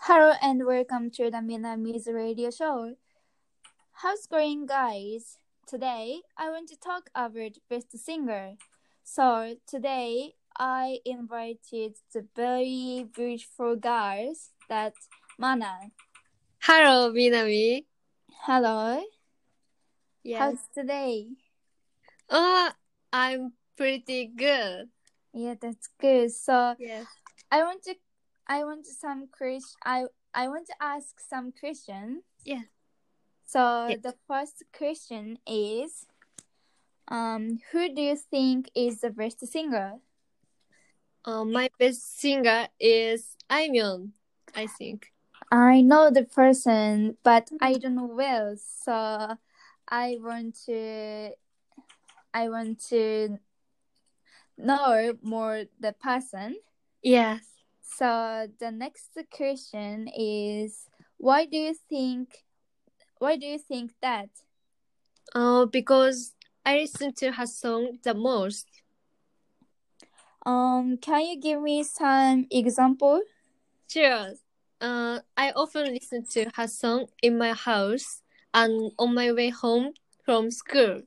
Hello and welcome to the Minami's radio show. How's going, guys? Today I want to talk about best singer. So today I invited the very beautiful girls that Mana. Hello, Minami. Hello. Yes. How's today? Oh, I'm pretty good. Yeah, that's good. So Yes. I want to, I want to some question. I I want to ask some question. Yeah. So Yeah. the first question is, um, who do you think is the best singer? Uh, my best singer is Aimeon, I think. I know the person, but I don't know well. So I want to, I want to know more the person. Yes. So the next question is why do you think why do you think that? Oh, because I listen to her song the most. Um can you give me some example? Sure. Uh, I often listen to her song in my house and on my way home from school.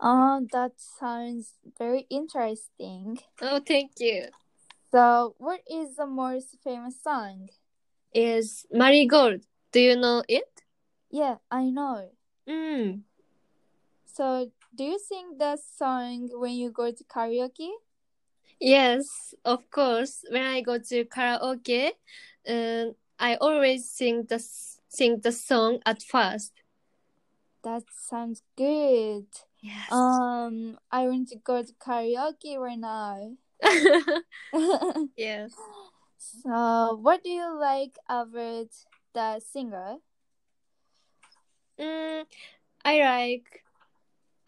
Oh that sounds very interesting. Oh, thank you. So what is the most famous song? Is Marigold. Do you know it? Yeah, I know. Mm. So do you sing that song when you go to karaoke? Yes, of course. When I go to karaoke, um, I always sing the s- sing the song at first. That sounds good. Yes. Um I want to go to karaoke right now. yes. So, what do you like about the singer? Mm, I like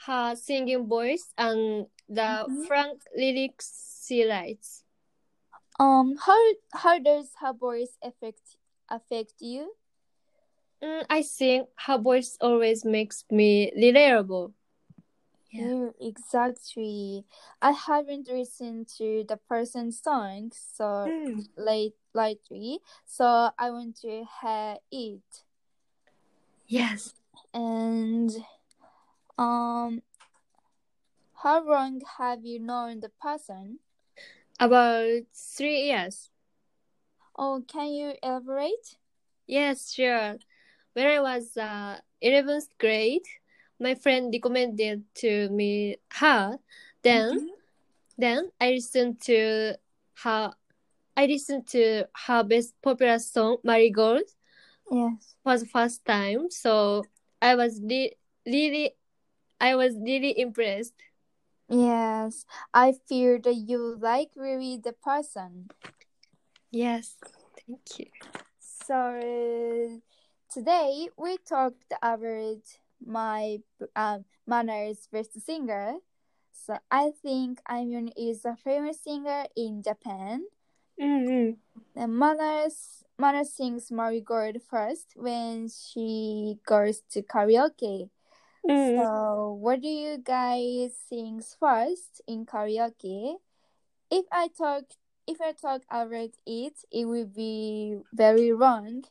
her singing voice and the Mhm. frank lyrics she writes. Um, how how does her voice affect affect you? Mm, I think her voice always makes me relatable. Yeah. Yeah, exactly. I haven't listened to the person's song so Mm. late lately, so I want to hear it. Yes. And um, how long have you known the person? About three years. Oh, can you elaborate? Yes, sure. When I was uh, 11th grade, my friend recommended to me her. Then, Mhm. then I listened to her. I listened to her best popular song "Marigold" Yes. for the first time. So I was re- really, I was really impressed. Yes, I feel that you like really the person. Yes, thank you. So today we talked about my um, manners best singer. So I think Aimun is a famous singer in Japan. Mm-hmm. And manners Manner sings Marigold first when she goes to karaoke. Mm-hmm. So what do you guys sing first in karaoke? if I talk if I talk about it, it will be very wrong.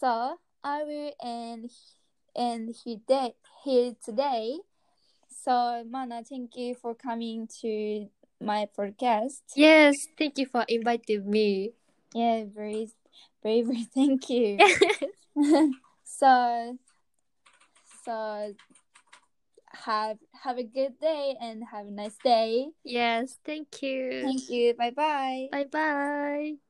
So I will end end here, de- here today. So Mana, thank you for coming to my podcast. Yes, thank you for inviting me. Yeah, very very, very thank you. so so have have a good day and have a nice day. yes, thank you. Thank you. Bye bye. Bye bye.